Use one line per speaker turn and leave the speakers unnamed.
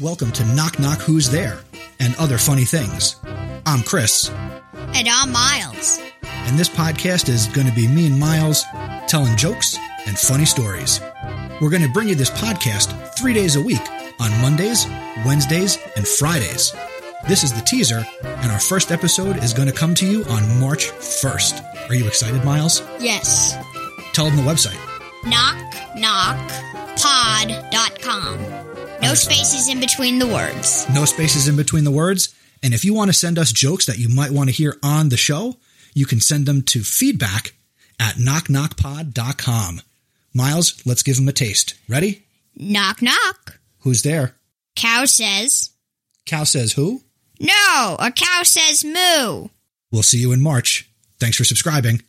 Welcome to Knock Knock Who's There and Other Funny Things. I'm Chris,
And I'm Miles.
and this podcast is going to be me and Miles telling jokes and funny stories. We're going to bring you this podcast three days a week on Mondays, Wednesdays, and Fridays. This is the teaser, and our first episode is going to come to you on March 1st. Are you excited, Miles?
Yes.
Tell them the website.
Knock knock pod.com. No spaces in between the words.
no spaces in between the words. And if you want to send us jokes that you might want to hear on the show, you can send them to feedback at knockknockpod.com. Miles, let's give him a taste. Ready?
Knock knock.
Who's there?
Cow says
Cow says who?
no. A cow says moo.
We'll see you in March. Thanks for subscribing.